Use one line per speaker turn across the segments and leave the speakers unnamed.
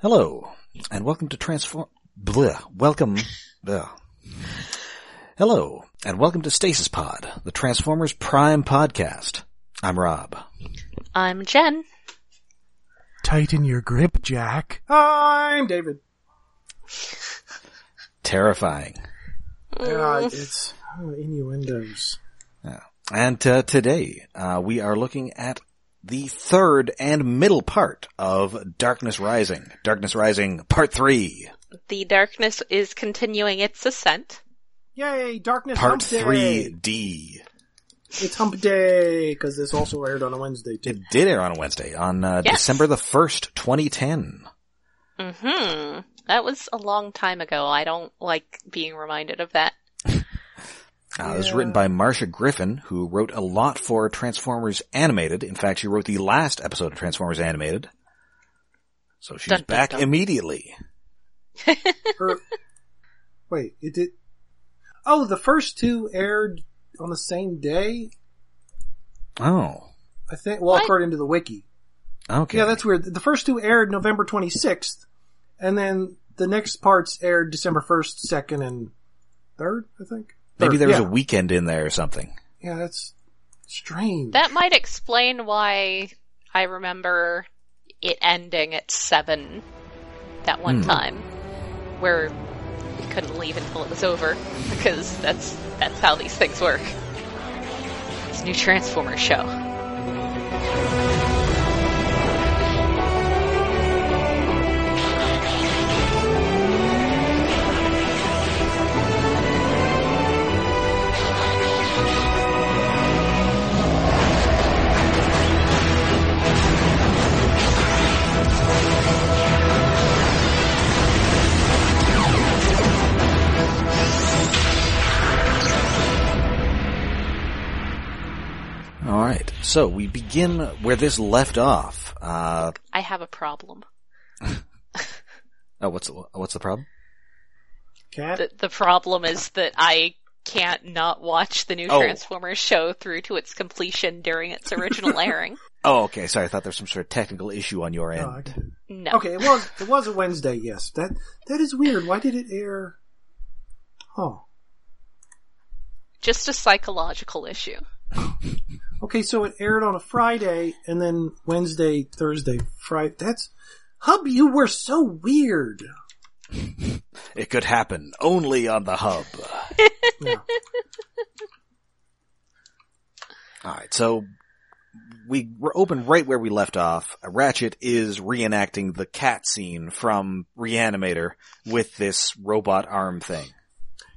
Hello, and welcome to Transform. Bleh, welcome. Bleh. Hello, and welcome to Stasis Pod, the Transformers Prime podcast. I'm Rob.
I'm Jen.
Tighten your grip, Jack.
I'm David.
Terrifying.
Uh, it's uh, innuendos.
And uh, today, uh, we are looking at the third and middle part of Darkness Rising. Darkness Rising Part 3.
The darkness is continuing its ascent.
Yay, darkness
Part
hump day.
3D.
It's hump day because this also aired on a Wednesday too.
It did air on Wednesday, on uh,
Yes.
December the 1st, 2010.
hmm That was a long time ago. I don't like being reminded of that.
Uh, It was written by Marcia Griffin, who wrote a lot for Transformers Animated. In fact, she wrote the last episode of Transformers Animated. So she's
Dun, dun,
back
dun.
immediately.
Or- wait, it did. Oh, the first two aired on the same day.
Oh,
I think. Well,
What?
according to the wiki.
okay.
Yeah, that's weird. The first two aired November 26th, and then the next parts aired December 1st, 2nd, and 3rd. I think.
Maybe
Third,
there was
yeah.
a weekend in there or something.
Yeah, that's strange.
That might explain why I remember it ending at seven that one
Hmm.
time, where we couldn't leave until it was over because that's that's how these things work. It's a new Transformers show.
All right. So we begin where this left off. Uh,
I have a problem.
oh, what's what's the problem?
Cat.
The, the problem is that I can't not watch the new
Oh.
Transformers show through to its completion during its original airing.
Oh, okay. Sorry, I thought there was some sort of technical issue on your
Oh, I
end.
can do
No.
Okay, it was it was a Wednesday. Yes, that that is weird. Why did it air? Oh,
Just a psychological issue.
okay. So it aired on a Friday and then Wednesday, Thursday, Friday. That's hub. You were so weird.
It could happen only on the hub.
Yeah.
All right, so we were open right where we left off. Ratchet is reenacting the cat scene from Reanimator with this robot arm thing.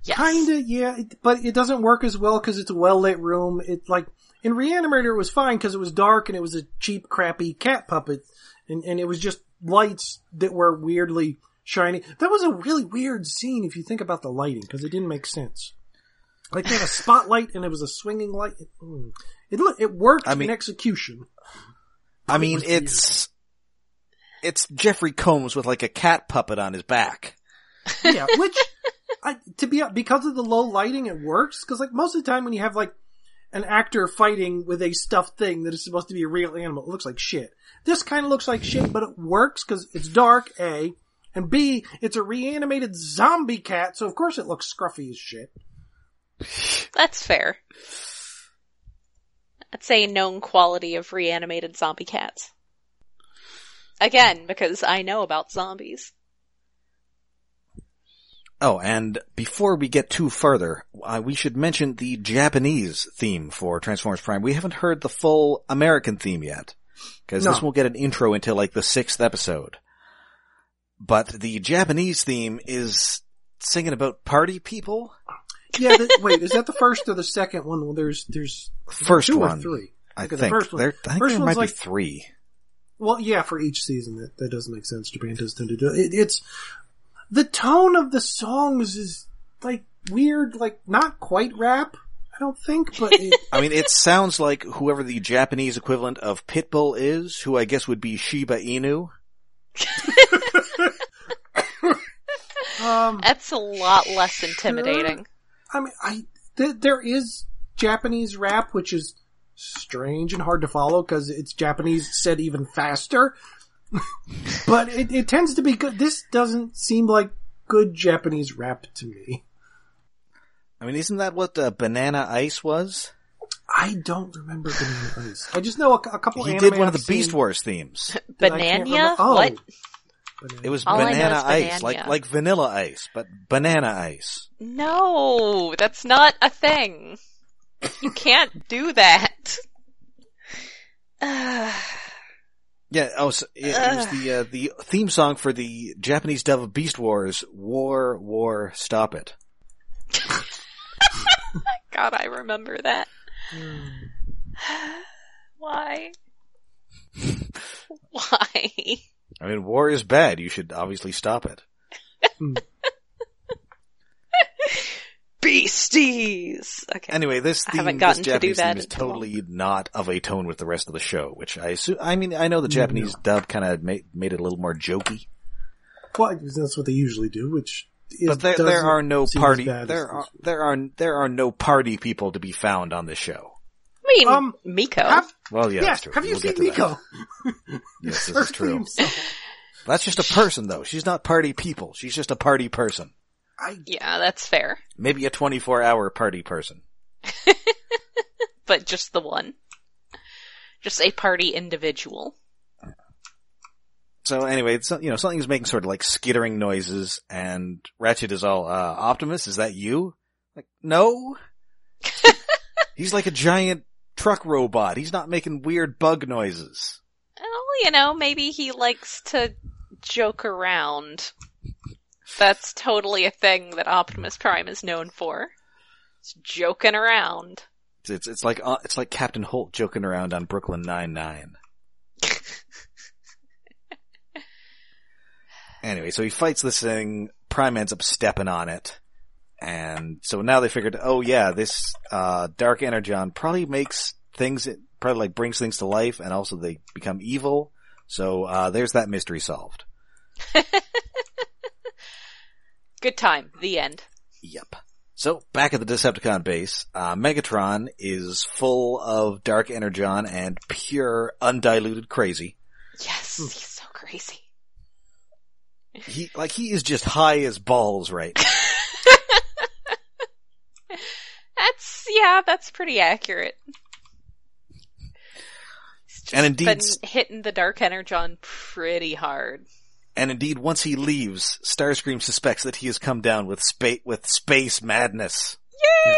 Yes.
Kinda, yeah, it, but it doesn't work as well because it's a well lit room. It like in Reanimator it was fine because it was dark and it was a cheap, crappy cat puppet, and and it was just lights that were weirdly shiny. That was a really weird scene if you think about the lighting because it didn't make sense. Like they had a spotlight and it was a swinging light. It, mm. it look- it worked
I mean-
in execution.
I mean, it's it's Jeffrey Combs with like a cat puppet on his back.
yeah, which I, to be because of the low lighting, it works. Because like most of the time, when you have like an actor fighting with a stuffed thing that is supposed to be a real animal, it looks like shit. This kind of looks like shit, but it works because it's dark. A and B, it's a reanimated zombie cat, so of course it looks scruffy as shit.
That's fair. That's a known quality of reanimated zombie cats. Again, because I know about zombies.
Oh, and before we get too further, uh, we should mention the Japanese theme for Transformers Prime. We haven't heard the full American theme yet, because
No.
this will get an intro into like the sixth episode. But the Japanese theme is singing about party people.
Yeah, that, wait, is that the first or the second one? Well, there's there's
First
two
one,
or three.
I
Okay,
think.
the first one-
There, I think
first
there
one's
might
like-
be three.
Well, yeah, for each season, that, that doesn't make sense. Japan does tend to do it. It's the tone of the songs is like weird, like not quite rap. I don't think, but it,
I mean, it sounds like whoever the Japanese equivalent of Pitbull is, who I guess would be Shiba Inu.
um,
That's a lot less intimidating.
I mean, I th- there is Japanese rap, which is strange and hard to follow because it's Japanese said even faster. but it, it tends to be good. This doesn't seem like good Japanese rap to me.
I mean, isn't that what uh, Banana Ice was?
I don't remember Banana Ice. I just know a, a couple.
He
anime
did one of
I've
the Beast
seen
Wars themes.
that I can't
Banania?
remember- Oh.
What?
Banana-
It was
All I know is
Banana Ice,
Banana.
like like Vanilla Ice, but Banana Ice.
No, that's not a thing. You can't do that.
Yeah. Oh, so it, it was
Ugh.
the uh, the theme song for the Japanese dub of Beast Wars. War, war, stop it.
God, I remember that. Why? Why?
I mean, war is bad. You should obviously stop it.
Beasties! Okay.
Anyway, this
I
theme,
haven't
this
gotten to do
Japanese
that
theme is
in so long.
totally not of a tone with the rest of the show, which I assume, I mean, I know the Japanese dub kind of made, made it a little more jokey,
Well, that's what they usually do, which is,
but there, there
doesn't
are no
seem as
party,
bad as
there
this
are,
one.
there are, there are no party people to be found on this show.
I mean,
Um,
Miko.
Have,
Well, yeah,
yeah,
that's true.
have you
We'll
seen
get to that.
Nico?
Yes, this
Her
is true.
theme song.
That's just a person though. She's not party people. She's just a party person.
I
Yeah, that's fair.
Maybe a 24 hour party person.
But just the one. Just a party individual.
So anyway, it's, you know, something's making sort of like skittering noises and Ratchet is all, uh, Optimus, is that you? Like, no. He's like a giant truck robot. He's not making weird bug noises.
Well, you know, maybe he likes to joke around. That's totally a thing that Optimus Prime is known for. It's joking around.
It's, it's, it's like, uh, it's like Captain Holt joking around on Brooklyn Nine-Nine. Anyway, so he fights this thing. Prime ends up stepping on it. And so now they figured, oh yeah, this, uh, Dark Energon probably makes things, it probably like brings things to life and also they become evil. So, uh, there's that mystery solved.
Good time. The end.
Yep. So back at the Decepticon base, uh, Megatron is full of Dark Energon and pure undiluted crazy.
Hmm.
Yes, he's so crazy.
He, like he is just high as balls right now.
That's yeah, that's pretty accurate. He's just
And indeed-
been hitting the Dark Energon pretty hard.
And indeed, once he leaves, Starscream suspects that he has come down with spa- with space madness.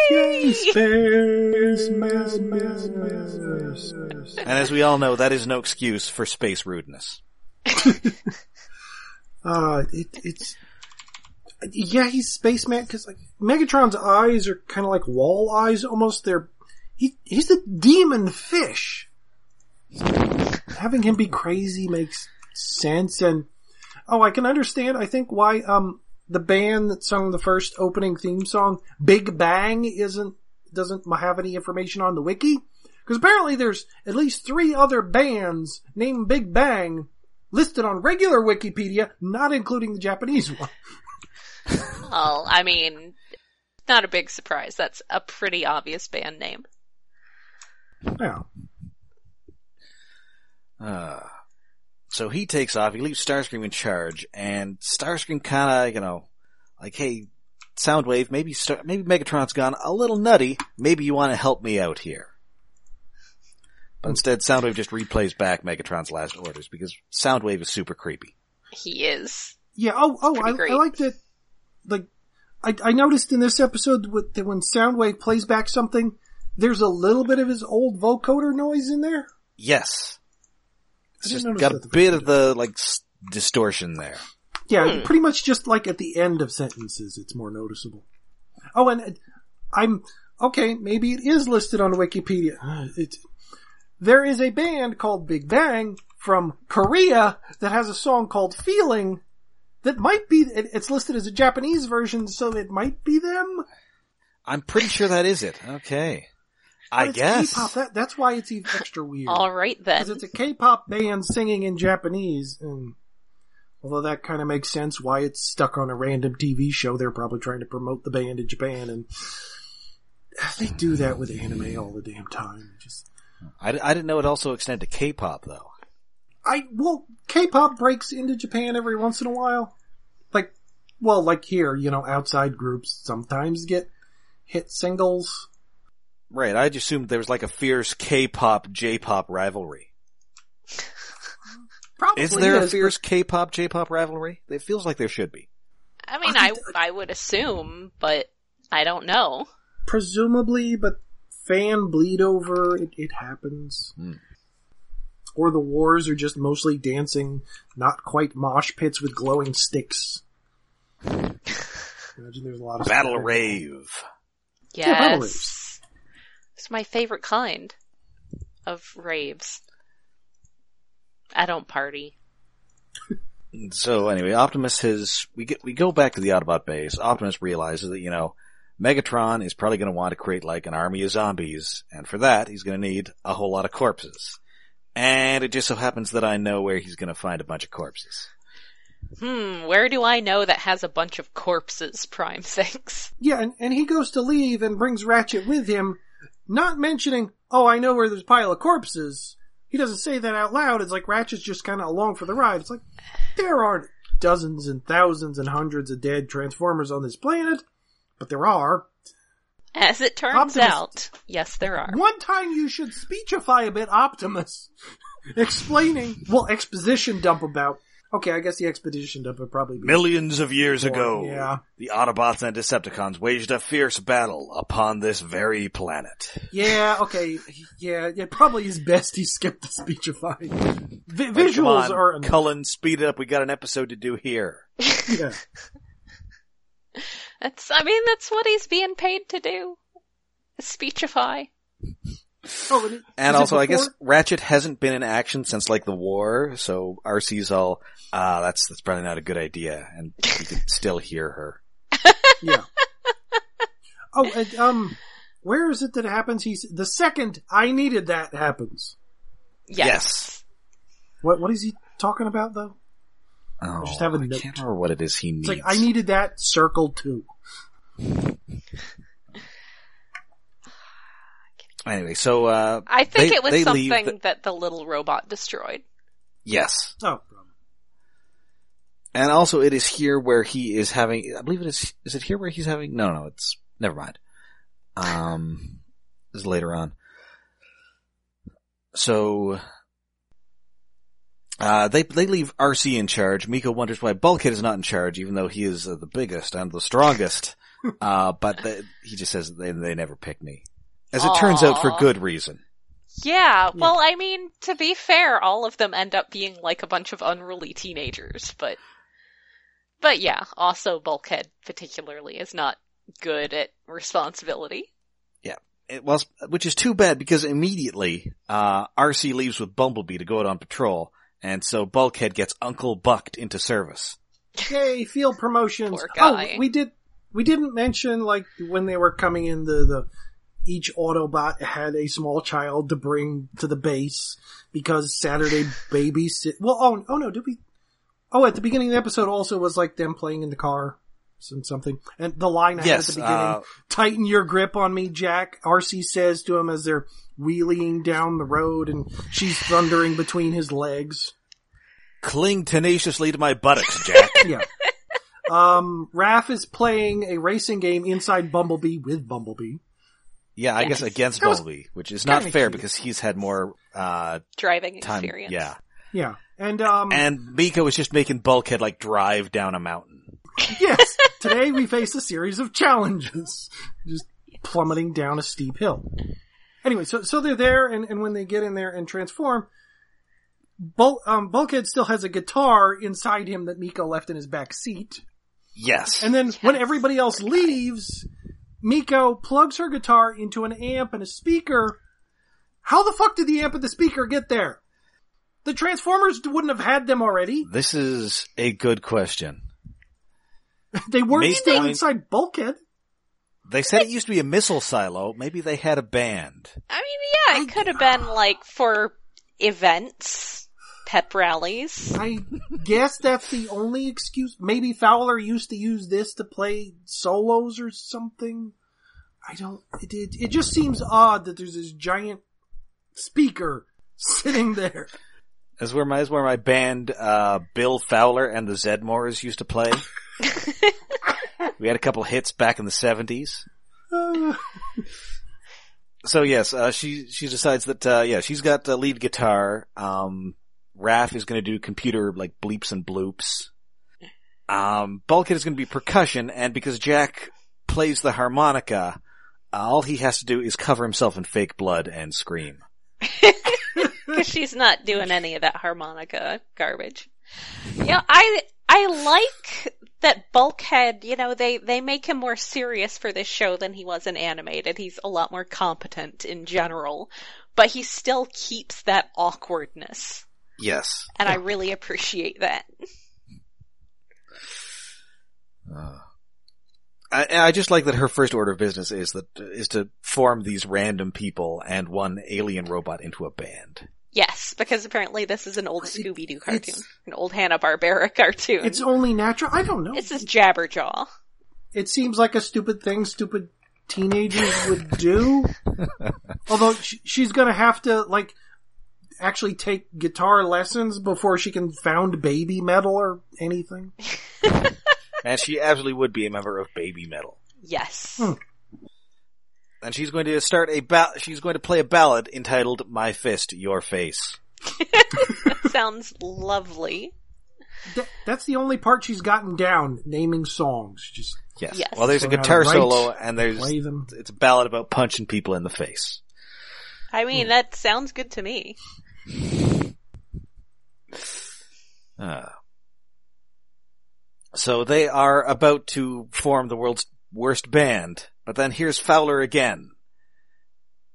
Yay, space, mass, mass, mass, mass, mass.
And as we all know, that is no excuse for space rudeness.
Uh, it, it's yeah, he's spaceman because like Megatron's eyes are kind of like wall eyes almost. They're he he's the demon fish. Having him be crazy makes sense, and oh, I can understand. I think why um the band that sung the first opening theme song, Big Bang, isn't doesn't have any information on the wiki because apparently there's at least three other bands named Big Bang listed on regular Wikipedia, not including the Japanese one.
Well, I mean, not a big surprise. That's a pretty obvious band name.
Yeah.
Uh, so he takes off, he leaves Starscream in charge, and Starscream kinda, you know, like, hey, Soundwave, maybe Star- maybe Megatron's gone a little nutty, maybe you wanna help me out here. But instead, Soundwave just replays back Megatron's last orders because Soundwave is super creepy.
He is.
Yeah. Oh, oh,
pretty
I,
great.
I like that. Like, I, I noticed in this episode with, that when Soundwave plays back something, there's a little bit of his old vocoder noise in there.
Yes.
I
It's just
notice
got a
that at the
bit
beginning.
of the like s- distortion there.
Yeah,
Hmm.
pretty much just like at the end of sentences, it's more noticeable. Oh, and it- I'm okay. Maybe it is listed on Wikipedia. Uh, It, there is a band called Big Bang from Korea that has a song called "Feeling" that might be. It, it's listed as a Japanese version, so it might be them.
I'm pretty sure that is it. Okay,
But
I
it's
guess.
K-pop. That, that's why it's even extra weird.
All right then.
Because it's a K-pop band singing in Japanese, and although that kind of makes sense, why it's stuck on a random TV show, they're probably trying to promote the band in Japan, and they do that with anime all the damn time. Just
I, I didn't know it also extended to K-pop though.
I well, K-pop breaks into Japan every once in a while. Like, well, like here, you know, outside groups sometimes get hit singles.
Right. I'd assumed there was like a fierce K-pop, J-pop rivalry.
Probably
Is there a
but-
fierce K-pop, J-pop rivalry? It feels like there should be.
I mean, I I would assume, but I don't know.
presumably, but fan bleed over, it, it happens.
Hmm.
Or the wars are just mostly dancing, not quite mosh pits with glowing sticks. Imagine there's a lot of
Battle rave.
Yes,
Yeah, battle
it's my favorite kind of raves. I don't party.
So anyway, Optimus has, we get, we go back to the Autobot base. Optimus realizes that, you know, Megatron is probably gonna want to create like an army of zombies, and for that, he's gonna need a whole lot of corpses. And it just so happens that I know where he's gonna find a bunch of corpses.
Hmm, where do I know that has a bunch of corpses, Prime Six?
Yeah, and, and he goes to leave and brings Ratchet with him, not mentioning, oh, I know where there's a pile of corpses. He doesn't say that out loud. It's like Ratchet's just kind of along for the ride. It's like, there aren't dozens and thousands and hundreds of dead Transformers on this planet, but there are.
As it turns
Optimus-
out, yes, there are.
One time you should speechify a bit Optimus, explaining, well, exposition dump about. Okay, I guess the expedition dump would probably be.
Millions of years
Boy,
ago,
yeah.
the Autobots and Decepticons waged a fierce battle upon this very planet.
Yeah, okay, yeah, yeah, probably is best he skipped the speechifying. Vi-
Like, come
visuals
on,
are enough.
Cullen, speed it up. We got an episode to do here.
Yeah.
That's, I mean, that's what he's being paid to do. Speechify.
Oh, and, it-
And
is it
also, I
before-
guess Ratchet hasn't been in action since like the war, so RC's all, ah, that's, that's probably not a good idea. And you can still hear her.
yeah. Oh, and, um, where is it that it happens? He's the second I needed that happens.
Yes.
Yes.
What what is he talking about though?
Oh, I,
just have a note.
can't remember what it is he needs.
It's like I needed that circled too.
Anyway, so, uh,
I think
They-
it was
they
something
leave the-
that the little robot destroyed.
yes.
Oh,
And also it is here where he is having, I believe it is, is it here where he's having, no, no, it's, never mind. Um, this is later on. So, uh, they, they leave RC in charge. Miko wonders why Bulkhead is not in charge, even though he is uh, the biggest and the strongest. uh, but the, he just says they, they never pick me. As it turns out for
Aw.
good reason.
Yeah, well, I mean, to be fair, all of them end up being like a bunch of unruly teenagers, but. But yeah, also Bulkhead particularly is not good at responsibility.
it was, which is too bad because immediately, uh, RC leaves with Bumblebee to go out on patrol. And so Bulkhead gets Uncle Bucked into service.
Yay, field promotions.
Poor guy.
Oh, we did we didn't mention like when they were coming in the, the each Autobot had a small child to bring to the base because Saturday babysit well oh oh no, did we Oh at the beginning of the episode also was like them playing in the car some something. And the line I had at
Yes,
the beginning
uh,
Tighten your grip on me, Jack, RC says to him as they're wheeling down the road and she's thundering between his legs.
cling tenaciously to my buttocks, Jack.
yeah. Um, Raph is playing a racing game inside Bumblebee with Bumblebee.
yeah, I
Yes.
guess against
That was
Bumblebee, which is not
kinda
fair
cute.
because he's had more, uh,
Driving
time.
experience.
Yeah.
Yeah. And, um,
And Miko is just making Bulkhead like drive down a mountain.
yes, today we face a series of challenges. Just plummeting down a steep hill. Anyway, so, so they're there and, and when they get in there and transform, Bul- um, Bulkhead still has a guitar inside him that Miko left in his back seat.
Yes.
And then when everybody else leaves, Miko plugs her guitar into an amp and a speaker. How the fuck did the amp and the speaker get there? The Transformers wouldn't have had them already.
this is a good question.
They weren't
Maybe-
still
I mean-
inside Bulkhead.
They said it used to be a missile silo. Maybe they had a band.
I mean, yeah, it could have been like for events, pep rallies.
I guess that's the only excuse. Maybe Fowler used to use this to play solos or something. I don't, it, it, it just seems odd that there's this giant speaker sitting there.
Is where my is where my band uh, Bill Fowler and the Zedmores used to play. we had a couple hits back in the seventies.
Uh,
So yes, uh, she she decides that uh, yeah she's got the lead guitar. Um, Raph is going to do computer like bleeps and bloops. Um, Bulkhead is going to be percussion, and because Jack plays the harmonica, all he has to do is cover himself in fake blood and scream.
because she's not doing any of that harmonica garbage. You know, I I like that Bulkhead. You know, they they make him more serious for this show than he was in animated. He's a lot more competent in general, but he still keeps that awkwardness,
Yes.
and I really appreciate that.
Uh, I, I just like that her first order of business is that is to form these random people and one alien robot into a band.
Yes, because apparently this is an old
It-
Scooby Doo cartoon,
it's-
an old Hanna Barbera cartoon.
it's only natural. I don't know.
this is Jabberjaw.
it seems like a stupid thing stupid teenagers would do. Although sh- she's gonna have to like actually take guitar lessons before she can found baby metal or anything.
And she absolutely would be a member of Baby Metal.
Yes.
Hmm.
And she's going to start a ba- she's going to play a ballad entitled "My Fist, Your Face."
Sounds lovely.
Th- that's the only part she's gotten down. Naming songs, just
Yes.
Yes.
Well, there's a
Learn how to
guitar
write,
solo, and there's
play them.
it's a ballad about punching people in the face.
I mean, that sounds good to me.
Uh. So they are about to form the world's worst band, but then here's Fowler again.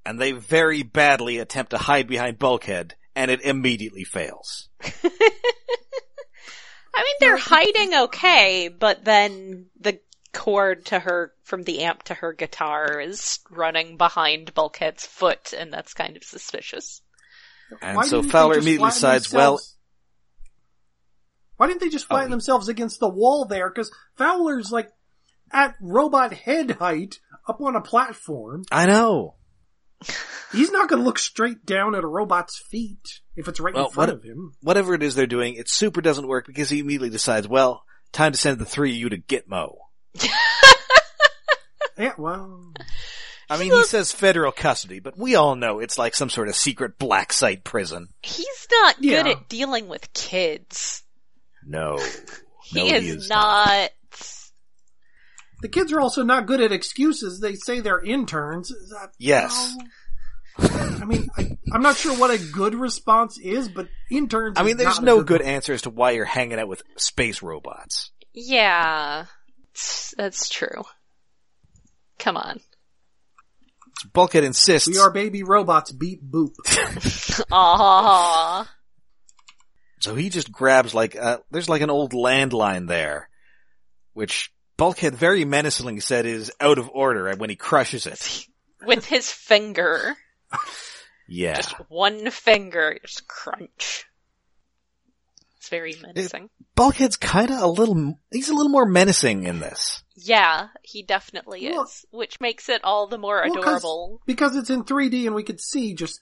And they very badly attempt to hide behind Bulkhead, and it immediately fails.
I mean, they're hiding okay, but then the cord to her, from the amp to her guitar is running behind Bulkhead's foot, and that's kind of suspicious.
And
Why
so
didn't they
Fowler
just
immediately
flatten
decides, well, Oh.
themselves- why didn't they just flatten
he-
themselves against the wall there? Because Fowler's like at robot head height up on a platform.
I know.
He's not going to look straight down at a robot's feet if it's right
Well,
in front
what-
of him.
Whatever it is they're doing, it super doesn't work because he immediately decides, well, time to send the three of you to Gitmo.
Yeah, well,
I mean, he says federal custody, but we all know it's like some sort of secret black site prison.
He's not good
Yeah.
at dealing with kids.
No.
He
No,
is, not.
the kids are also not good at excuses. They say they're interns. Is that-
Yes.
No. I mean, I, I'm not sure what a good response is, but interns.
I
is
mean, there's
not a
no good
one.
answer as to why you're hanging out with space robots.
Yeah. It's- That's true. Come on.
Bulkhead insists.
We are baby robots. Beep boop.
Aww.
So he just grabs like, uh, there's like an old landline there, which Bulkhead very menacingly said is out of order when he crushes it.
With his finger.
Yeah.
Just one finger. Just crunch. It's very menacing.
Bulkhead's kinda a little, he's a little more menacing in this.
Yeah, he definitely
Well-
is, which makes it all the more
Well, 'cause-
adorable.
because it's in 3D and we could see just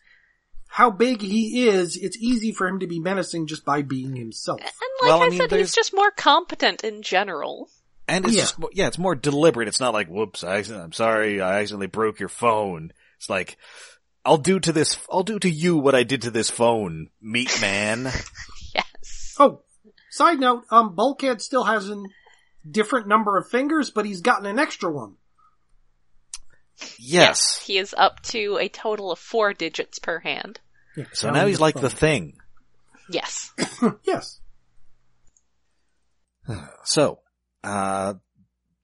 how big he is. It's easy for him to be menacing just by being himself.
and like
Well,
I,
I mean,
said,
there's-
he's just more competent in general.
And it's
Yeah.
just, yeah, it's more deliberate. It's not like, whoops, I accident- I'm sorry, I accidentally broke your phone. It's like, I'll do to this, I'll do to you what I did to this phone, meat man.
Yes.
Oh, side note, um, Bulkhead still has a different number of fingers, but he's gotten an extra one.
yes.
He is up to a total of four digits per hand.
Yeah,
So now he's like the thing.
Yes.
yes.
So, uh,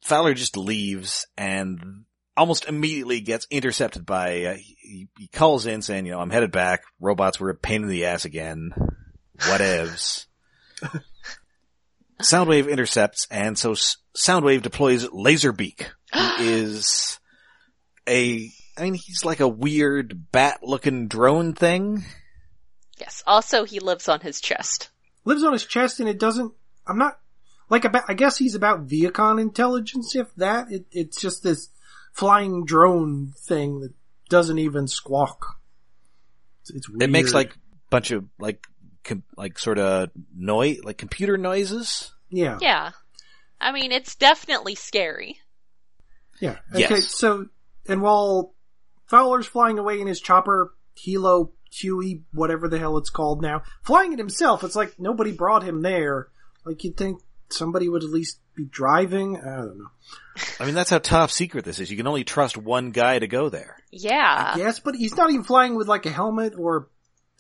Fowler just leaves and almost immediately gets intercepted by, uh, he, he calls in saying, you know, I'm headed back. Robots were a pain in the ass again. Whatevs. Soundwave intercepts and so S- Soundwave deploys Laserbeak, who is a, I mean, he's like a weird bat looking drone thing.
Yes. Also, he lives on his chest.
Lives on his chest and it doesn't, I'm not, like about, I guess he's about Viacon intelligence, if that. It, it's just this flying drone thing that doesn't even squawk. It's, it's weird.
It makes like bunch of like com- like sort of noise, like computer noises.
Yeah.
Yeah. I mean, it's definitely scary.
Yeah. Okay,
Yes.
so, and while Fowler's flying away in his chopper, Hilo, Huey, whatever the hell it's called now, flying it himself, it's like nobody brought him there. Like, you'd think somebody would at least be driving. I don't know.
I mean, that's how top secret this is. You can only trust one guy to go there.
Yeah.
yes, but he's not even flying with like a helmet or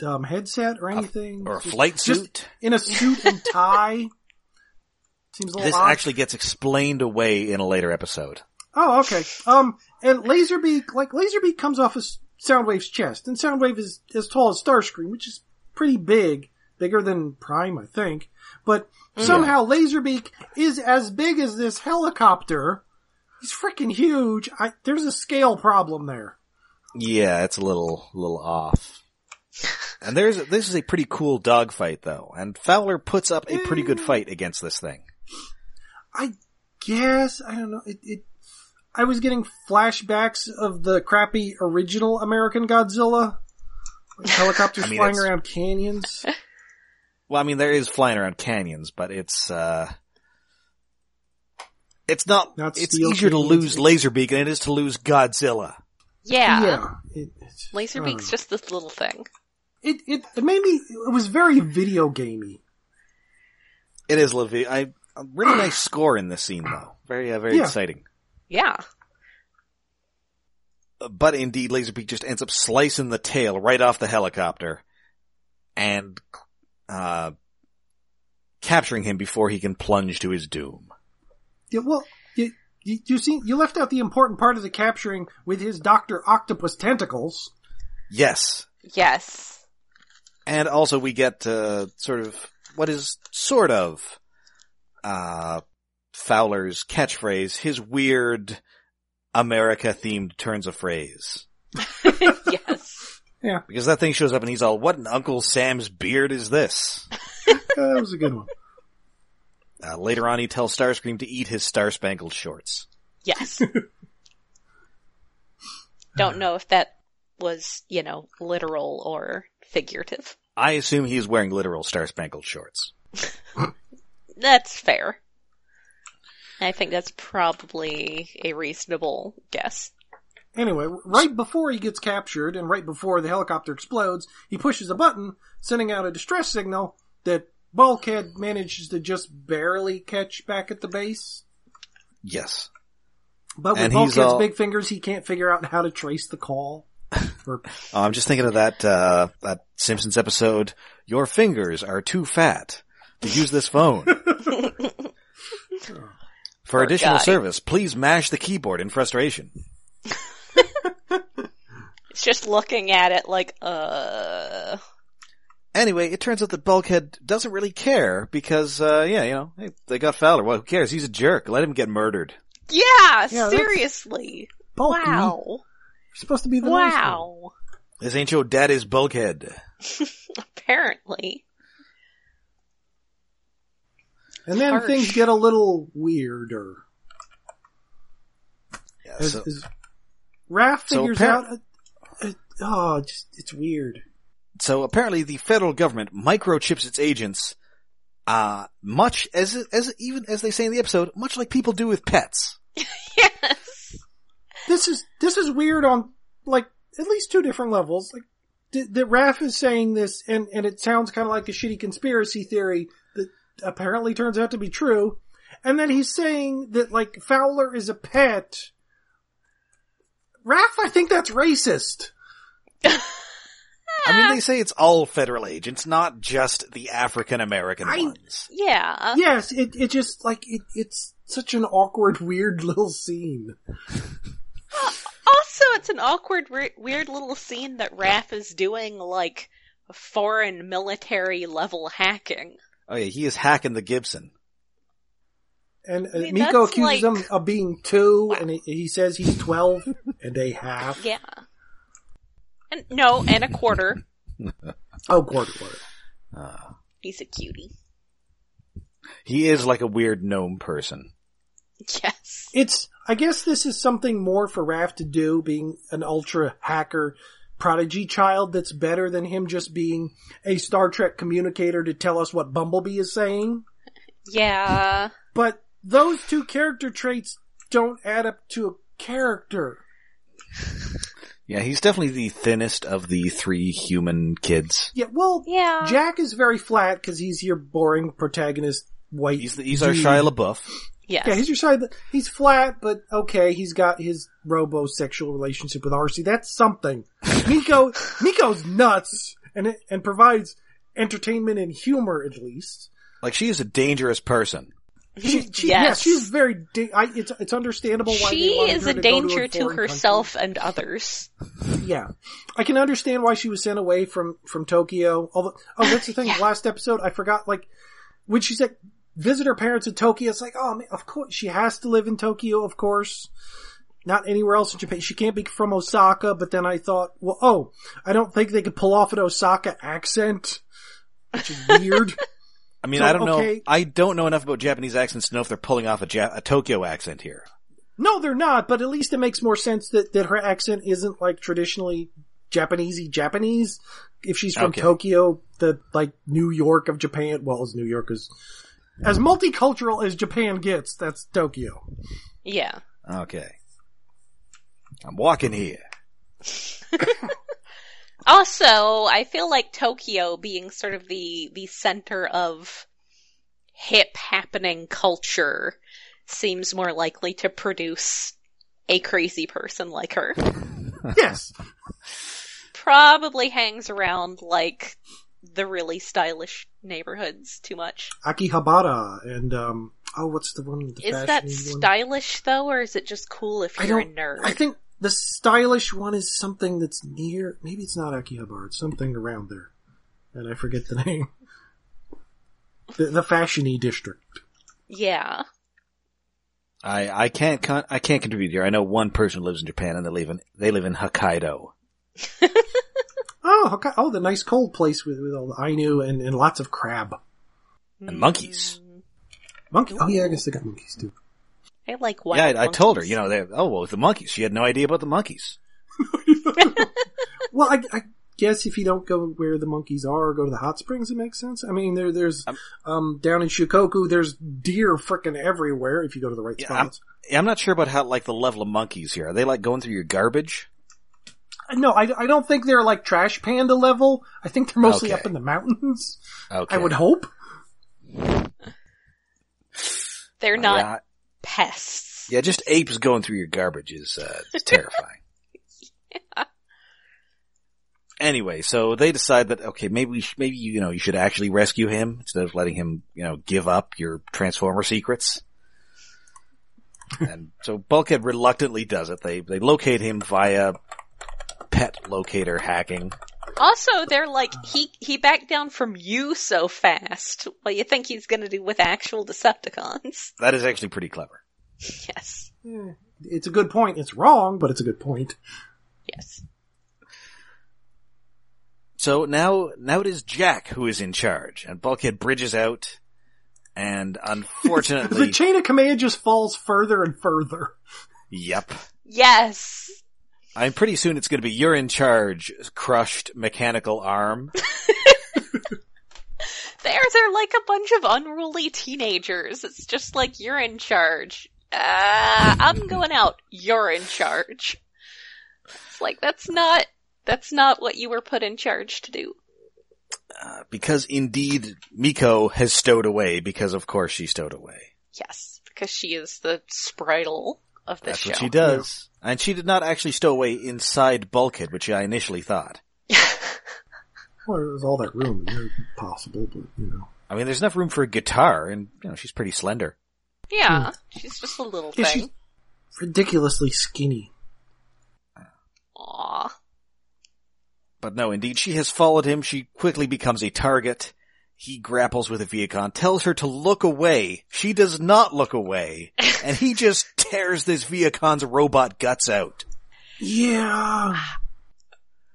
um, headset or anything.
Or a flight
Just-
suit.
In a suit and tie. Seems a little
This
odd.
actually gets explained away in a later episode.
Oh, okay. Um, and Laserbeak, like Laserbeak comes off of S- Soundwave's chest, and Soundwave is as tall as Starscream, which is pretty big, bigger than Prime, I think. But
Mm.
somehow Laserbeak is as big as this helicopter. He's freaking huge. I, there's a scale problem there.
Yeah, it's a little, little off. And there's, this is a pretty cool dogfight though, and Fowler puts up a pretty
Mm.
good fight against this thing.
I guess I don't know. It, it. I was getting flashbacks of the crappy original American Godzilla. Like helicopters
I mean,
flying
it's-
around canyons.
Well, I mean, there is flying around canyons, but it's, uh, it's not,
Not
it's
steel
easier to lose
canyons.
Laserbeak than it is to lose Godzilla.
Yeah.
It, it's-
Laserbeak's
Hmm.
I
just this little thing.
don't know. it, it it made me. It was very video gamey.
It is Levi. I, a really nice score in this scene though. Very, uh, very
Yeah.
exciting.
Yeah.
but indeed Laserbeak just ends up slicing the tail right off the helicopter and uh capturing him before he can plunge to his doom.
Yeah, well, you, you you see, you left out the important part of the capturing with his Doctor Octopus tentacles.
Yes.
Yes.
And also we get uh sort of what is sort of uh Fowler's catchphrase, his weird America themed turns of phrase.
yes.
Because that thing shows up and he's all, what in Uncle Sam's beard is this?
Uh, that was a good one.
Uh, later on he tells Starscream to eat his star spangled shorts.
Yes. Don't know if that was, you know, literal or figurative.
I assume he is wearing literal star spangled shorts.
That's fair. I think that's probably a reasonable guess.
Anyway, right before he gets captured and right before the helicopter explodes, he pushes a button, sending out a distress signal that Bulkhead manages to just barely catch back at the base.
Yes.
But with
And he's
Bulkhead's
all-
big fingers, he can't figure out how to trace the call. Or
Oh, I'm just thinking of that uh, that Simpsons episode. Your fingers are too fat to use this phone. For
Poor
additional
guy.
service, please mash the keyboard in frustration.
It's just looking at it like, uh,
Anyway, it turns out that Bulkhead doesn't really care because, uh, yeah, you know, hey, they got Fowler. Well, who cares? He's a jerk. Let him get murdered.
yeah,
that's- Oh,
seriously.
Bulk, man.
Wow.
You're supposed to be the nice one.
Wow.
This ain't your daddy's Bulkhead.
Apparently.
And then
Harsh.
things get a little weirder.
Yeah,
As,
so-
as Raph
so
figures
appar-
out, uh, uh, oh, just, it's weird.
So apparently the federal government microchips its agents, uh, much as, as, even as they say in the episode, much like people do with pets.
Yes.
This is, this is weird on, like, at least two different levels. Like, th- that Raph is saying this, and, and it sounds kind of like a shitty conspiracy theory that apparently turns out to be true. And then he's saying that, like, Fowler is a pet. Raph, I think that's racist.
I mean, they say it's all federal agents, not just the African American
I-
ones.
Yeah.
yes, it, it just, like, it, it's such an awkward, weird little scene.
Also, it's an awkward, re- weird little scene that Raph is doing, like, foreign military level hacking.
Oh yeah, he is hacking the Gibson.
And
I
uh,
mean,
Miko
that's
accuses
like-
him of being two, and he, he says he's 12 and a half.
Yeah. And, no, and a quarter.
Oh, quarter, quarter.
Uh,
He's a cutie.
he is like a weird gnome person.
Yes.
It's, I guess this is something more for Raph to do, being an ultra hacker, prodigy child that's better than him just being a Star Trek communicator to tell us what Bumblebee is saying.
Yeah.
But those two character traits don't add up to a character.
Yeah, he's definitely the thinnest of the three human kids.
Yeah, well,
Yeah.
Jack is very flat because he's your boring protagonist, white.
He's the, he's our
dude.
Shia LaBeouf.
yes.
Yeah, he's your side. He's flat, but okay, he's got his robo-sexual relationship with RC. That's something. Nico, Nico's nuts, and it, and provides entertainment and humor at least.
Like she is a dangerous person.
She, she,
Yes.
yeah, she's very. Da- I, it's it's understandable why
she
they wanted
is
her
a
to go
danger
to, a
to,
foreign country.
herself and others.
Yeah, I can understand why she was sent away from from Tokyo. Although, oh, that's the thing. Last episode, I forgot. Like when she said visit her parents in Tokyo, it's like, oh, man, of course she has to live in Tokyo, of course. Not anywhere else in Japan. She can't be from Osaka. But then I thought, well, oh, I don't think they could pull off an Osaka accent, which is weird.
I mean,
So,
I don't know.
okay.
I don't know enough about Japanese accents to know if they're pulling off a, ja- a Tokyo accent here.
no, they're not. But at least it makes more sense that that her accent isn't like traditionally Japanesey Japanese. If she's from
Okay.
Tokyo, the like New York of Japan. Well, as New York is as multicultural as Japan gets, that's Tokyo.
Yeah.
Okay. I'm walking here.
Also, I feel like Tokyo being sort of the the center of hip happening culture seems more likely to produce a crazy person like her.
Yes,
Probably hangs around like the really stylish neighborhoods too much.
Akihabara and um oh, what's the one? The
Is that
fashiony one?
stylish though, or is it just cool if
I
you're a
don't-
nerd?
I think the stylish one is something that's near. Maybe it's not Akihabara. It's something around there, and I forget the name. The, the fashiony district.
Yeah.
I I can't con- I can't contribute here. I know one person who lives in Japan and they live in they live in Hokkaido.
Oh, okay. oh, the nice cold place with, with all the Ainu and, and lots of crab.
And monkeys.
Mm,
Monkey. Oh yeah, I guess they got monkeys too.
I like one.
yeah, I, I told her. You know, they oh well, the monkeys. She had no idea about the monkeys.
Well, I, I guess if you don't go where the monkeys are or go to the hot springs, it makes sense. I mean, there there's
I'm-
um down in Shikoku, there's deer frickin' everywhere if you go to the right
Yeah, I'm-
spots.
Yeah, I'm not sure about how like the level of monkeys here. Are they like going through your garbage?
No, I, I don't think they're like trash panda level. I think they're mostly
Okay.
up in the mountains.
Okay,
I would hope.
They're not
Uh, Yeah,
pests.
yeah, just apes going through your garbage is uh, it's terrifying. Anyway, so they decide that okay, maybe we sh- maybe you know you should actually rescue him instead of letting him you know give up your transformer secrets. and so Bulkhead reluctantly does it. They they locate him via pet locator hacking.
Also, they're like he he backed down from you so fast. What you think he's going to do with actual Decepticons?
That is actually pretty clever.
Yes,
Yeah, Eh, It's a good point. It's wrong, but it's a good point.
yes.
So now, now it is Jack who is in charge, and Bulkhead bridges out, and unfortunately,
The chain of command just falls further and further.
yep.
Yes.
I'm pretty soon it's gonna be you're in charge, crushed mechanical arm.
Theirs are like a bunch of unruly teenagers. It's just like you're in charge. Uh, I'm going out. You're in charge. It's like that's not that's not what you were put in charge to do.
Uh, because indeed, Miko has stowed away, because of course she stowed away.
Yes, because she is the spritel of the
That's
show.
what she does. And she did not actually stow away inside Bulkhead, which I initially thought.
Well, there's all that room. It's possible, but you know.
I mean, there's enough room for a guitar, and, you know, she's pretty slender.
yeah,
Hmm.
she's just a little
Yeah,
thing.
she's ridiculously skinny.
Aw.
But no, indeed, she has followed him. She quickly becomes a target. He grapples with a Viacon, tells her to look away. She does not look away. And he just tears this Viacon's robot guts out.
Yeah.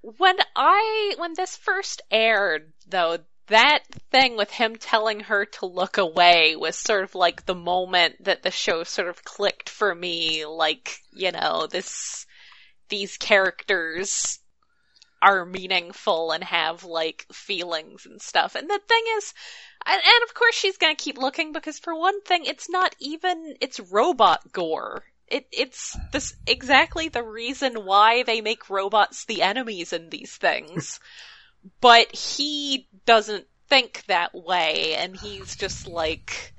When I when this first aired though, that thing with him telling her to look away was sort of like the moment that the show sort of clicked for me, like, you know, this these characters are meaningful and have like feelings and stuff. And the thing is, and, and of course she's gonna keep looking because for one thing, it's not even, it's robot gore. It, it's this exactly the reason why they make robots the enemies in these things. but he doesn't think that way and he's just like,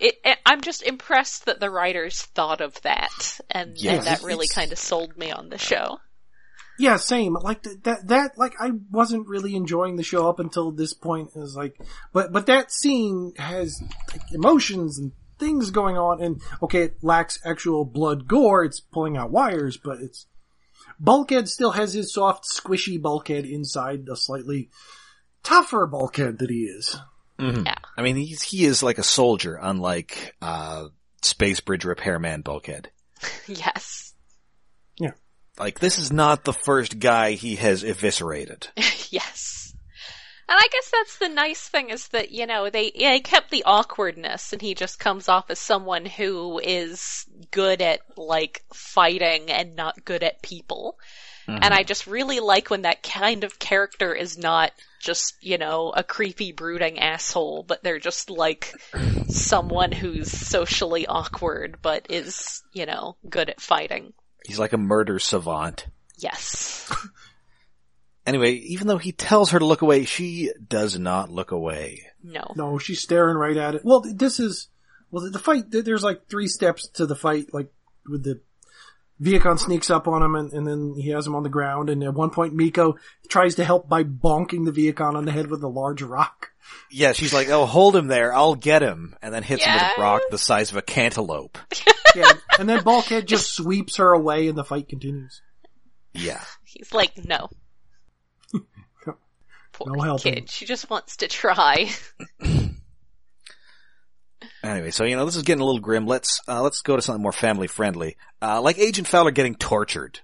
it, it- I'm just impressed that the writers thought of that, and,
Yes.
and that really
It's-
kind of sold me on the show.
Yeah, same. Like th- that, that, like I wasn't really enjoying the show up until this point. It was like, but, but that scene has like, emotions and things going on and okay, it lacks actual blood gore. It's pulling out wires, but it's, Bulkhead still has his soft, squishy bulkhead inside the slightly tougher bulkhead that he is.
Mhm.
Yeah.
I mean, he's, he is like a soldier, unlike, uh, Space Bridge Repairman Bulkhead.
Yes.
Like, this is not the first guy he has eviscerated.
yes. And I guess that's the nice thing is that, you know, they, they kept the awkwardness and he just comes off as someone who is good at, like, fighting and not good at people. And I just really like when that kind of character is not just, you know, a creepy, brooding asshole, but they're just like someone who's socially awkward, but is, you know, good at fighting.
He's like a murder savant.
Yes.
Anyway, even though he tells her to look away, she does not look away.
No.
No, she's staring right at it. Well, th- this is well the- the fight. th- There's like three steps to the fight. Like with the Viacon sneaks up on him, and, and then he has him on the ground. And at one point, Miko tries to help by bonking the Viacon on the head with a large rock.
Yeah, she's like, oh, hold him there, I'll get him, and then hits him with a rock the size of a cantaloupe.
Yeah, and then Bulkhead just sweeps her away, and the fight continues.
Yeah.
He's like, no. Poor
No helping.
kid. She just wants to try.
Anyway, so, you know, this is getting a little grim. Let's, uh, let's go to something more family friendly. Uh, like Agent Fowler getting tortured.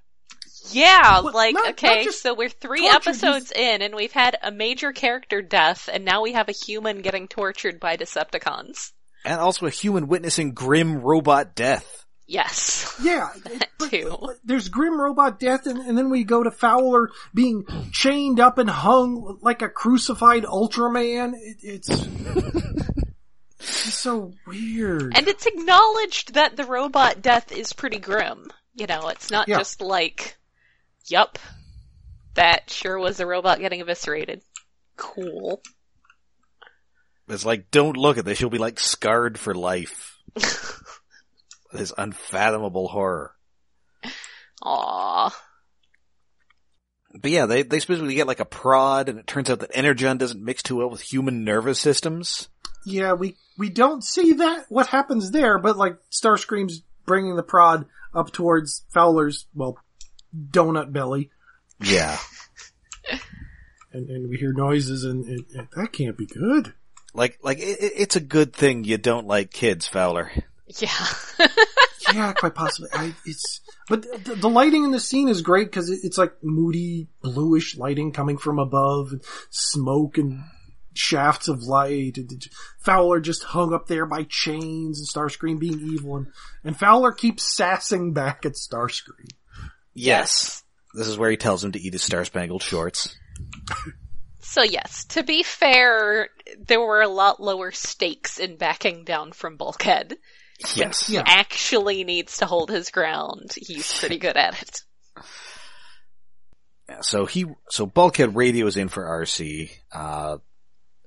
Yeah,
Well,
like,
not- not
okay,
just
so we're three
torture,
episodes in and we've had a major character death and now we have a human getting tortured by Decepticons.
And also a human witnessing grim robot death.
Yes.
Yeah, it- but-
Two.
but there's grim robot death, and, and then we go to Fowler being chained up and hung like a crucified Ultraman. It, it's, it's so weird.
And it's acknowledged that the robot death is pretty grim. You know, it's not
Yeah.
just like, yup, that sure was a robot getting eviscerated. Cool.
It's like, don't look at this, you'll be like scarred for life. this unfathomable horror.
Aww.
But yeah, they, they specifically get like a prod, and it turns out that Energon doesn't mix too well with human nervous systems.
Yeah, we we don't see that what happens there, but like Starscream's bringing the prod up towards Fowler's well donut belly,
Yeah.
and, and we hear noises, and, and, and that can't be good.
Like, like, it, it- it's a good thing you don't like kids, Fowler.
Yeah.
Yeah, quite possibly. I, it's but the, the lighting in the scene is great because it, it's like moody bluish lighting coming from above, and smoke and shafts of light. And it- Fowler just hung up there by chains, and Starscream being evil, and and Fowler keeps sassing back at Starscream.
Yes. This is where he tells him to eat his Star Spangled shorts.
So yes, to be fair, there were a lot lower stakes in backing down from Bulkhead.
Yes.
Yeah.
Actually needs to hold his ground. He's pretty good at it.
Yeah, So he, so Bulkhead radios in for RC. Uh,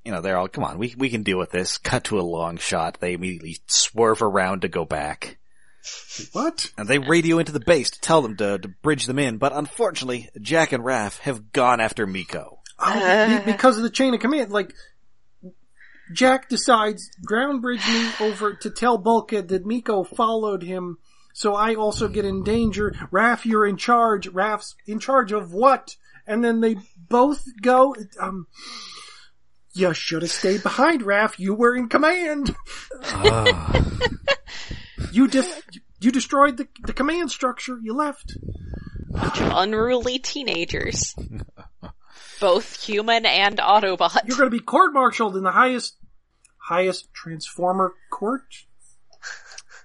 you know, they're all, come on, we, we can deal with this. Cut to a long shot. They immediately swerve around to go back.
What?
And they radio into the base to tell them to, to bridge them in. But unfortunately, Jack and Raph have gone after Miko.
Oh, be- because of the chain of command, like Jack decides ground bridge me over to tell Bulkhead that Miko followed him, so I also get in danger. Raph, you're in charge. Raph's in charge of what? And then they both go. Um, you should have stayed behind, Raph. You were in command. You def- you destroyed the the command structure. You left.
Bunch of unruly teenagers. Both human and Autobot.
You're going to be court-martialed in the highest, highest Transformer court.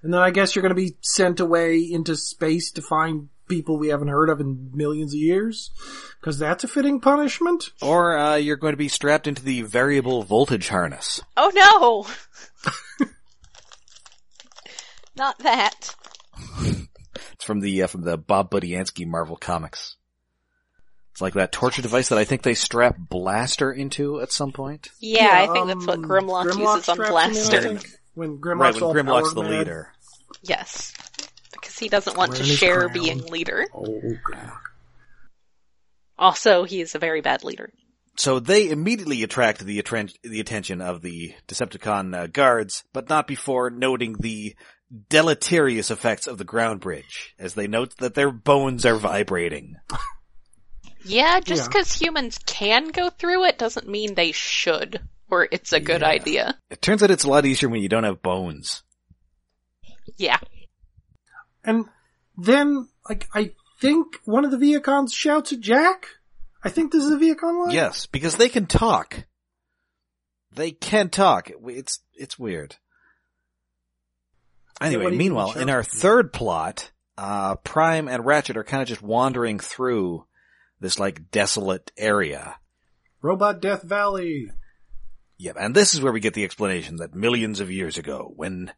And then I guess you're going to be sent away into space to find people we haven't heard of in millions of years, because that's a fitting punishment.
Or uh, you're going to be strapped into the variable voltage harness.
Oh no! Not that.
It's from the uh, from the Bob Budiansky Marvel comics. It's like that torture device that I think they strap Blaster into at some point.
Yeah, I think that's what
um,
Grimlock, uses on
straps him in, I
Blaster.
think, When Grimlock's,
right
all
when Grimlock's the
power mad.
leader.
Yes. Because he doesn't want to
Where's
share
Crown?
being leader.
Oh, God.
Also, he is a very bad leader.
So they immediately attract the attren- the attention of the Decepticon uh, guards, but not before noting the deleterious effects of the ground bridge, as they note that their bones are vibrating.
Yeah, just
Yeah.
because humans can go through it doesn't mean they should, or it's a good
Yeah.
idea.
It turns out it's a lot easier when you don't have bones.
Yeah.
And then, like, I think one of the Viacons shouts at Jack. I think this is a Viacon line.
Yes, because they can talk. They can talk. It's it's weird.
Yeah, what
Anyway,
do you
meanwhile,
think,
in
Joe?
our third plot, uh, Prime and Ratchet are kind of just wandering through this like desolate area.
Robot Death Valley.
Yep, and this is where we get the explanation that millions of years ago, when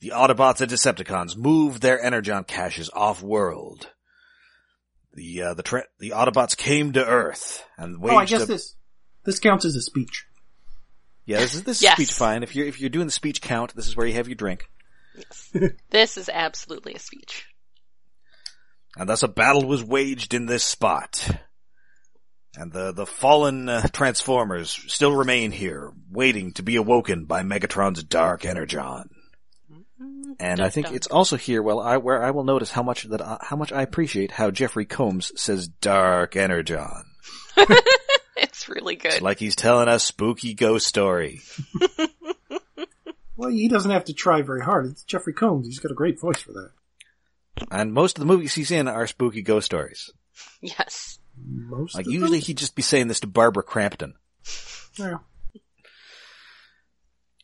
the Autobots and Decepticons moved their energon caches off-world, the uh, the tra- the Autobots came to Earth and waged
Oh, I guess
a-
this this counts as a speech.
yeah this is this is
Yes.
speech fine if you're if you're doing the speech count this is where you have your drink
This is absolutely a speech.
and thus a battle was waged in this spot and the the fallen uh, Transformers still remain here waiting to be awoken by Megatron's dark energon. And I think
Dun-dun.
it's also here well I where I will notice how much that I, how much I appreciate how Jeffrey Combs says dark energon.
It's really
It's
good.
like he's telling a spooky ghost story.
Well, he doesn't have to try very hard. It's Jeffrey Combs. He's got a great voice for that.
And most of the movies he's in are spooky ghost stories.
Yes.
Most
Like
of
usually he'd just be saying this to Barbara Crampton.
them.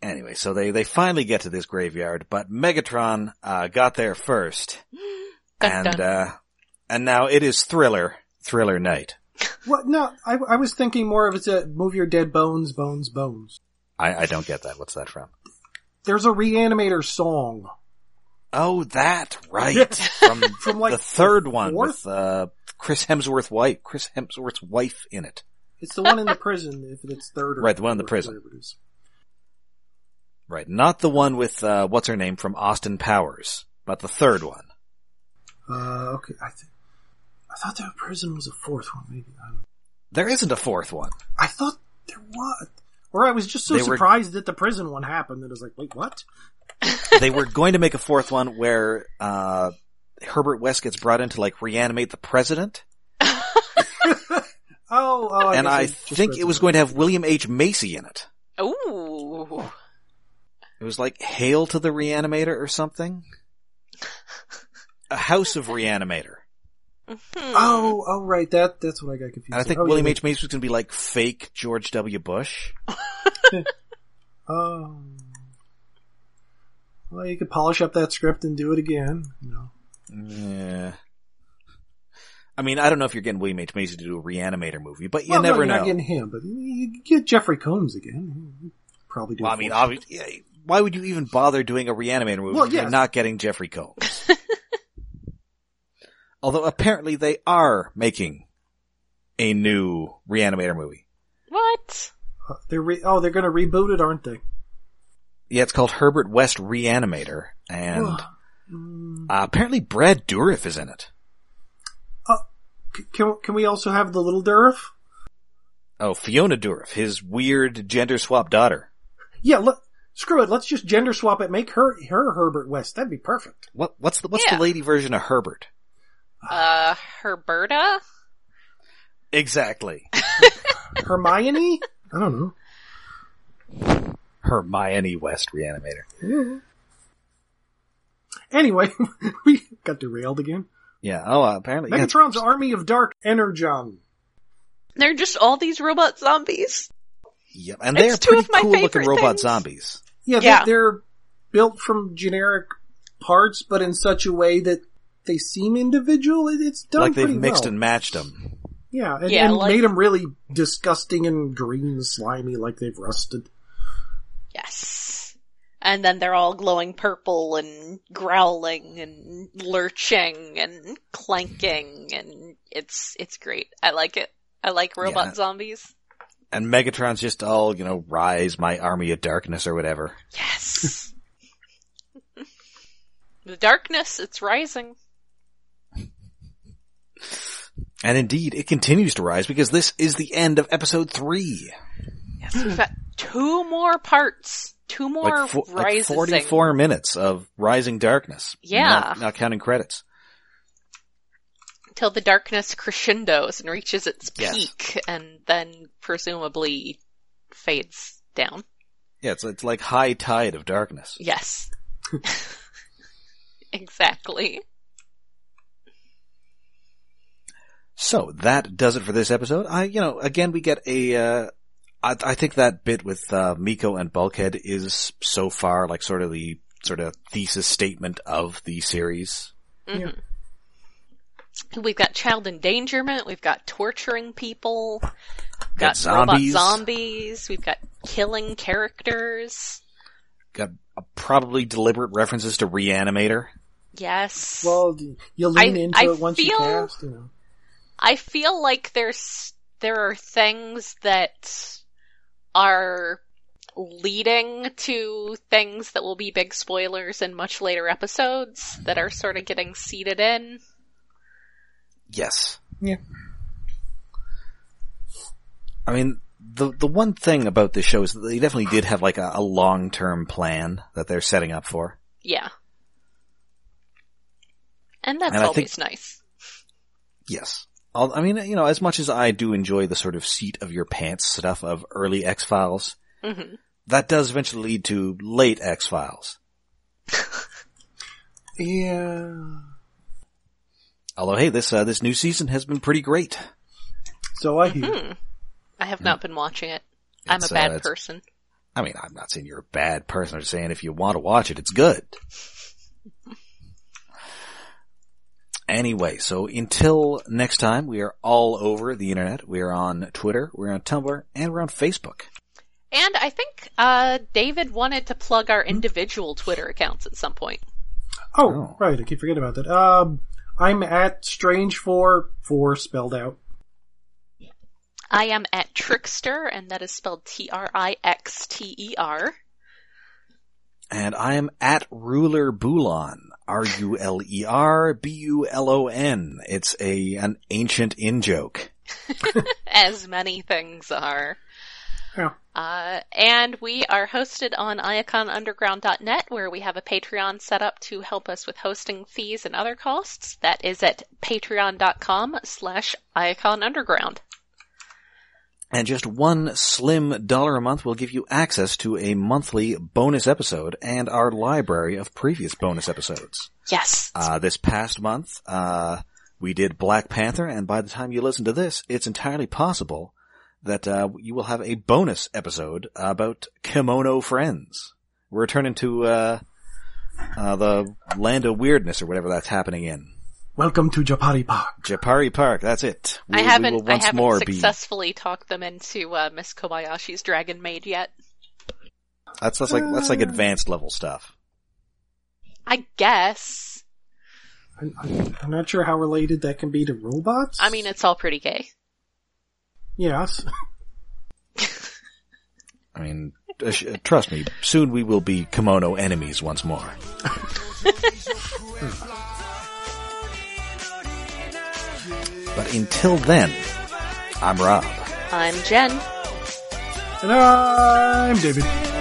Anyway, so they, they finally get to this graveyard, but Megatron, uh, got there first.
Dun,
and,
dun.
uh, and now it is Thriller, Thriller Night.
Yeah. What? No, I, I was thinking more of it's a move your dead bones, bones, bones.
I, I don't get that. What's that from?
There's a reanimator song.
Oh, that, right. From,
From, like,
Um, the third one
fourth?
with, uh, Chris Hemsworth's wife, Chris Hemsworth's wife in it.
It's the one in the prison, if it's third or
Right, the one in the
fourth,
prison.
whatever it is.
Right. Not the one with, uh, what's her name from Austin Powers, but the third one.
Uh, okay, I think I thought that prison was a fourth one. Maybe I, don't know.
There isn't a fourth one.
I thought there was, or I was just so
They were-
surprised that the prison one happened that I was like, wait, what?
they were going to make a fourth one where, uh, Herbert West gets brought in to like reanimate the president.
Oh, oh I
and
guess
I
just
think
read
it was
that.
going to have William H. Macy in it.
Ooh.
It was like Hail to the Reanimator or something. A House of Reanimator.
Mm-hmm.
Oh, oh, right. That that's what I got confused.
And I think
oh,
William
yeah,
H. Macy was going to be like fake George W. Bush.
Oh. Well, you could polish up that script and do it again. You know.
Yeah. I mean, I don't know if you're getting William H. Macy to do a Reanimator movie, but you
well, no,
never
you're Not
know.
getting him, but you you get Jeffrey Combs again. He'd Probably do.
Well,
a
I mean,
fourth.
obvi- yeah, why would you even bother doing a Reanimator movie
Well,
if you're
yes.
not getting Jeffrey Combs? Although apparently they are making a new Reanimator movie.
What?
Uh, they're re- oh, they're going to reboot it, aren't they?
Yeah, it's called Herbert West Reanimator, and uh,
Mm.
apparently Brad Dourif is in it.
C- can can we also have the little Durf?
Oh, Fiona Dourif, his weird gender swap daughter.
Yeah, let, screw it. Let's just gender swap it. Make her her Herbert West. That'd be perfect.
What what's the what's
Yeah.
the lady version of Herbert?
Uh, Herberta?
Exactly,
Hermione. I don't know.
Hermione West Reanimator.
Anyway, we got derailed again.
Yeah. Oh, uh, apparently. yeah, it's-
Megatron's army of dark energon.
They're just all these robot zombies.
yep, and
It's
they are
two of
pretty
my
cool looking
favorite
robot
things.
zombies.
Yeah,
Yeah.
They, they're built from generic parts, but in such a way that they seem individual. It, it's done
like they've
pretty
mixed
well.
and matched them.
yeah, and,
Yeah,
and
like-
made them really disgusting and green, and slimy, like they've rusted.
Yes. And then they're all glowing purple and growling and lurching and clanking and it's it's great. I like it. I like robot
Yeah.
zombies.
And Megatron's just all, you know, rise my army of darkness or whatever.
Yes. the darkness, it's rising.
And indeed, it continues to rise because this is the end of episode three.
Yes, we've got two more parts. Two more
Like, fo- like
rising.
44 minutes of rising darkness.
Yeah.
Not, not counting credits.
till the darkness crescendos and reaches its
Yes.
peak and then presumably fades down.
Yeah, it's, it's like high tide of darkness.
Yes. exactly.
So that does it for this episode. I, you know, again, we get a, uh, I, I think that bit with, uh, Miko and Bulkhead is so far like sort of the, sort of thesis statement of the series.
Mhm. We've got child endangerment, we've got torturing people, we've
Got
got, robot
zombies.
zombies, we've got killing characters.
Got uh, probably deliberate references to Reanimator.
Yes.
Well, you lean
I-
into
I
it once you
feel-
cast. You know.
I feel like there's there are things that are leading to things that will be big spoilers in much later episodes that are sort of getting seeded in.
Yes.
Yeah.
I mean, the, the one thing about this show is that they definitely did have like a, a long-term plan that they're setting up for.
Yeah. And that's
And I
always nice.
Yes. Al- I mean, you know, as much as I do enjoy the sort of seat of your pants stuff of early X Files,
hmm
that does eventually lead to late X Files.
Yeah.
Although, hey, this uh, this new season has been pretty great.
So I
Hmm.
hear.
I have not been watching it. I'm
It's,
a
uh,
bad
it's-
person.
I mean, I'm not saying you're a bad person. I'm just saying if you want to watch it, it's good. Anyway, so until next time, we are all over the internet. We are on Twitter, we're on Tumblr, and we're on Facebook.
And I think uh, David wanted to plug our individual Twitter accounts at some point.
Oh,
Oh.
right. I keep forgetting about that. Um, I'm at strange four four spelled out.
I am at Trickster, and that is spelled T R I X T E R.
And I am at Ruler Bulon. E R-U-L-E-R-B-U-L-O-N. It's a, an ancient in-joke.
as many things are.
Yeah.
Uh, and we are hosted on iaconunderground.net, where we have a Patreon set up to help us with hosting fees and other costs. That is at patreon.com slash iaconunderground.
And just one slim dollar a month will give you access to a monthly bonus episode and our library of previous bonus episodes.
Yes.
Uh, this past month, uh, we did Black Panther, and by the time you listen to this, it's entirely possible that uh, you will have a bonus episode about kimono friends. We're returning to uh, uh, the land of weirdness or whatever that's happening in
Welcome to Japari Park.
Japari Park. That's it. We,
I
we will
haven't, I
once
haven't
more
successfully talked them into uh, Miss Kobayashi's Dragon Maid yet.
be. That's, that's like that's like advanced level stuff.
I guess.
I, I, I'm not sure how related that can be to robots.
I mean, it's all pretty gay.
yes.
I mean, uh, sh- uh, trust me. Soon we will be kimono enemies once more. but until then, I'm Rob.
I'm Jen.
And I'm David.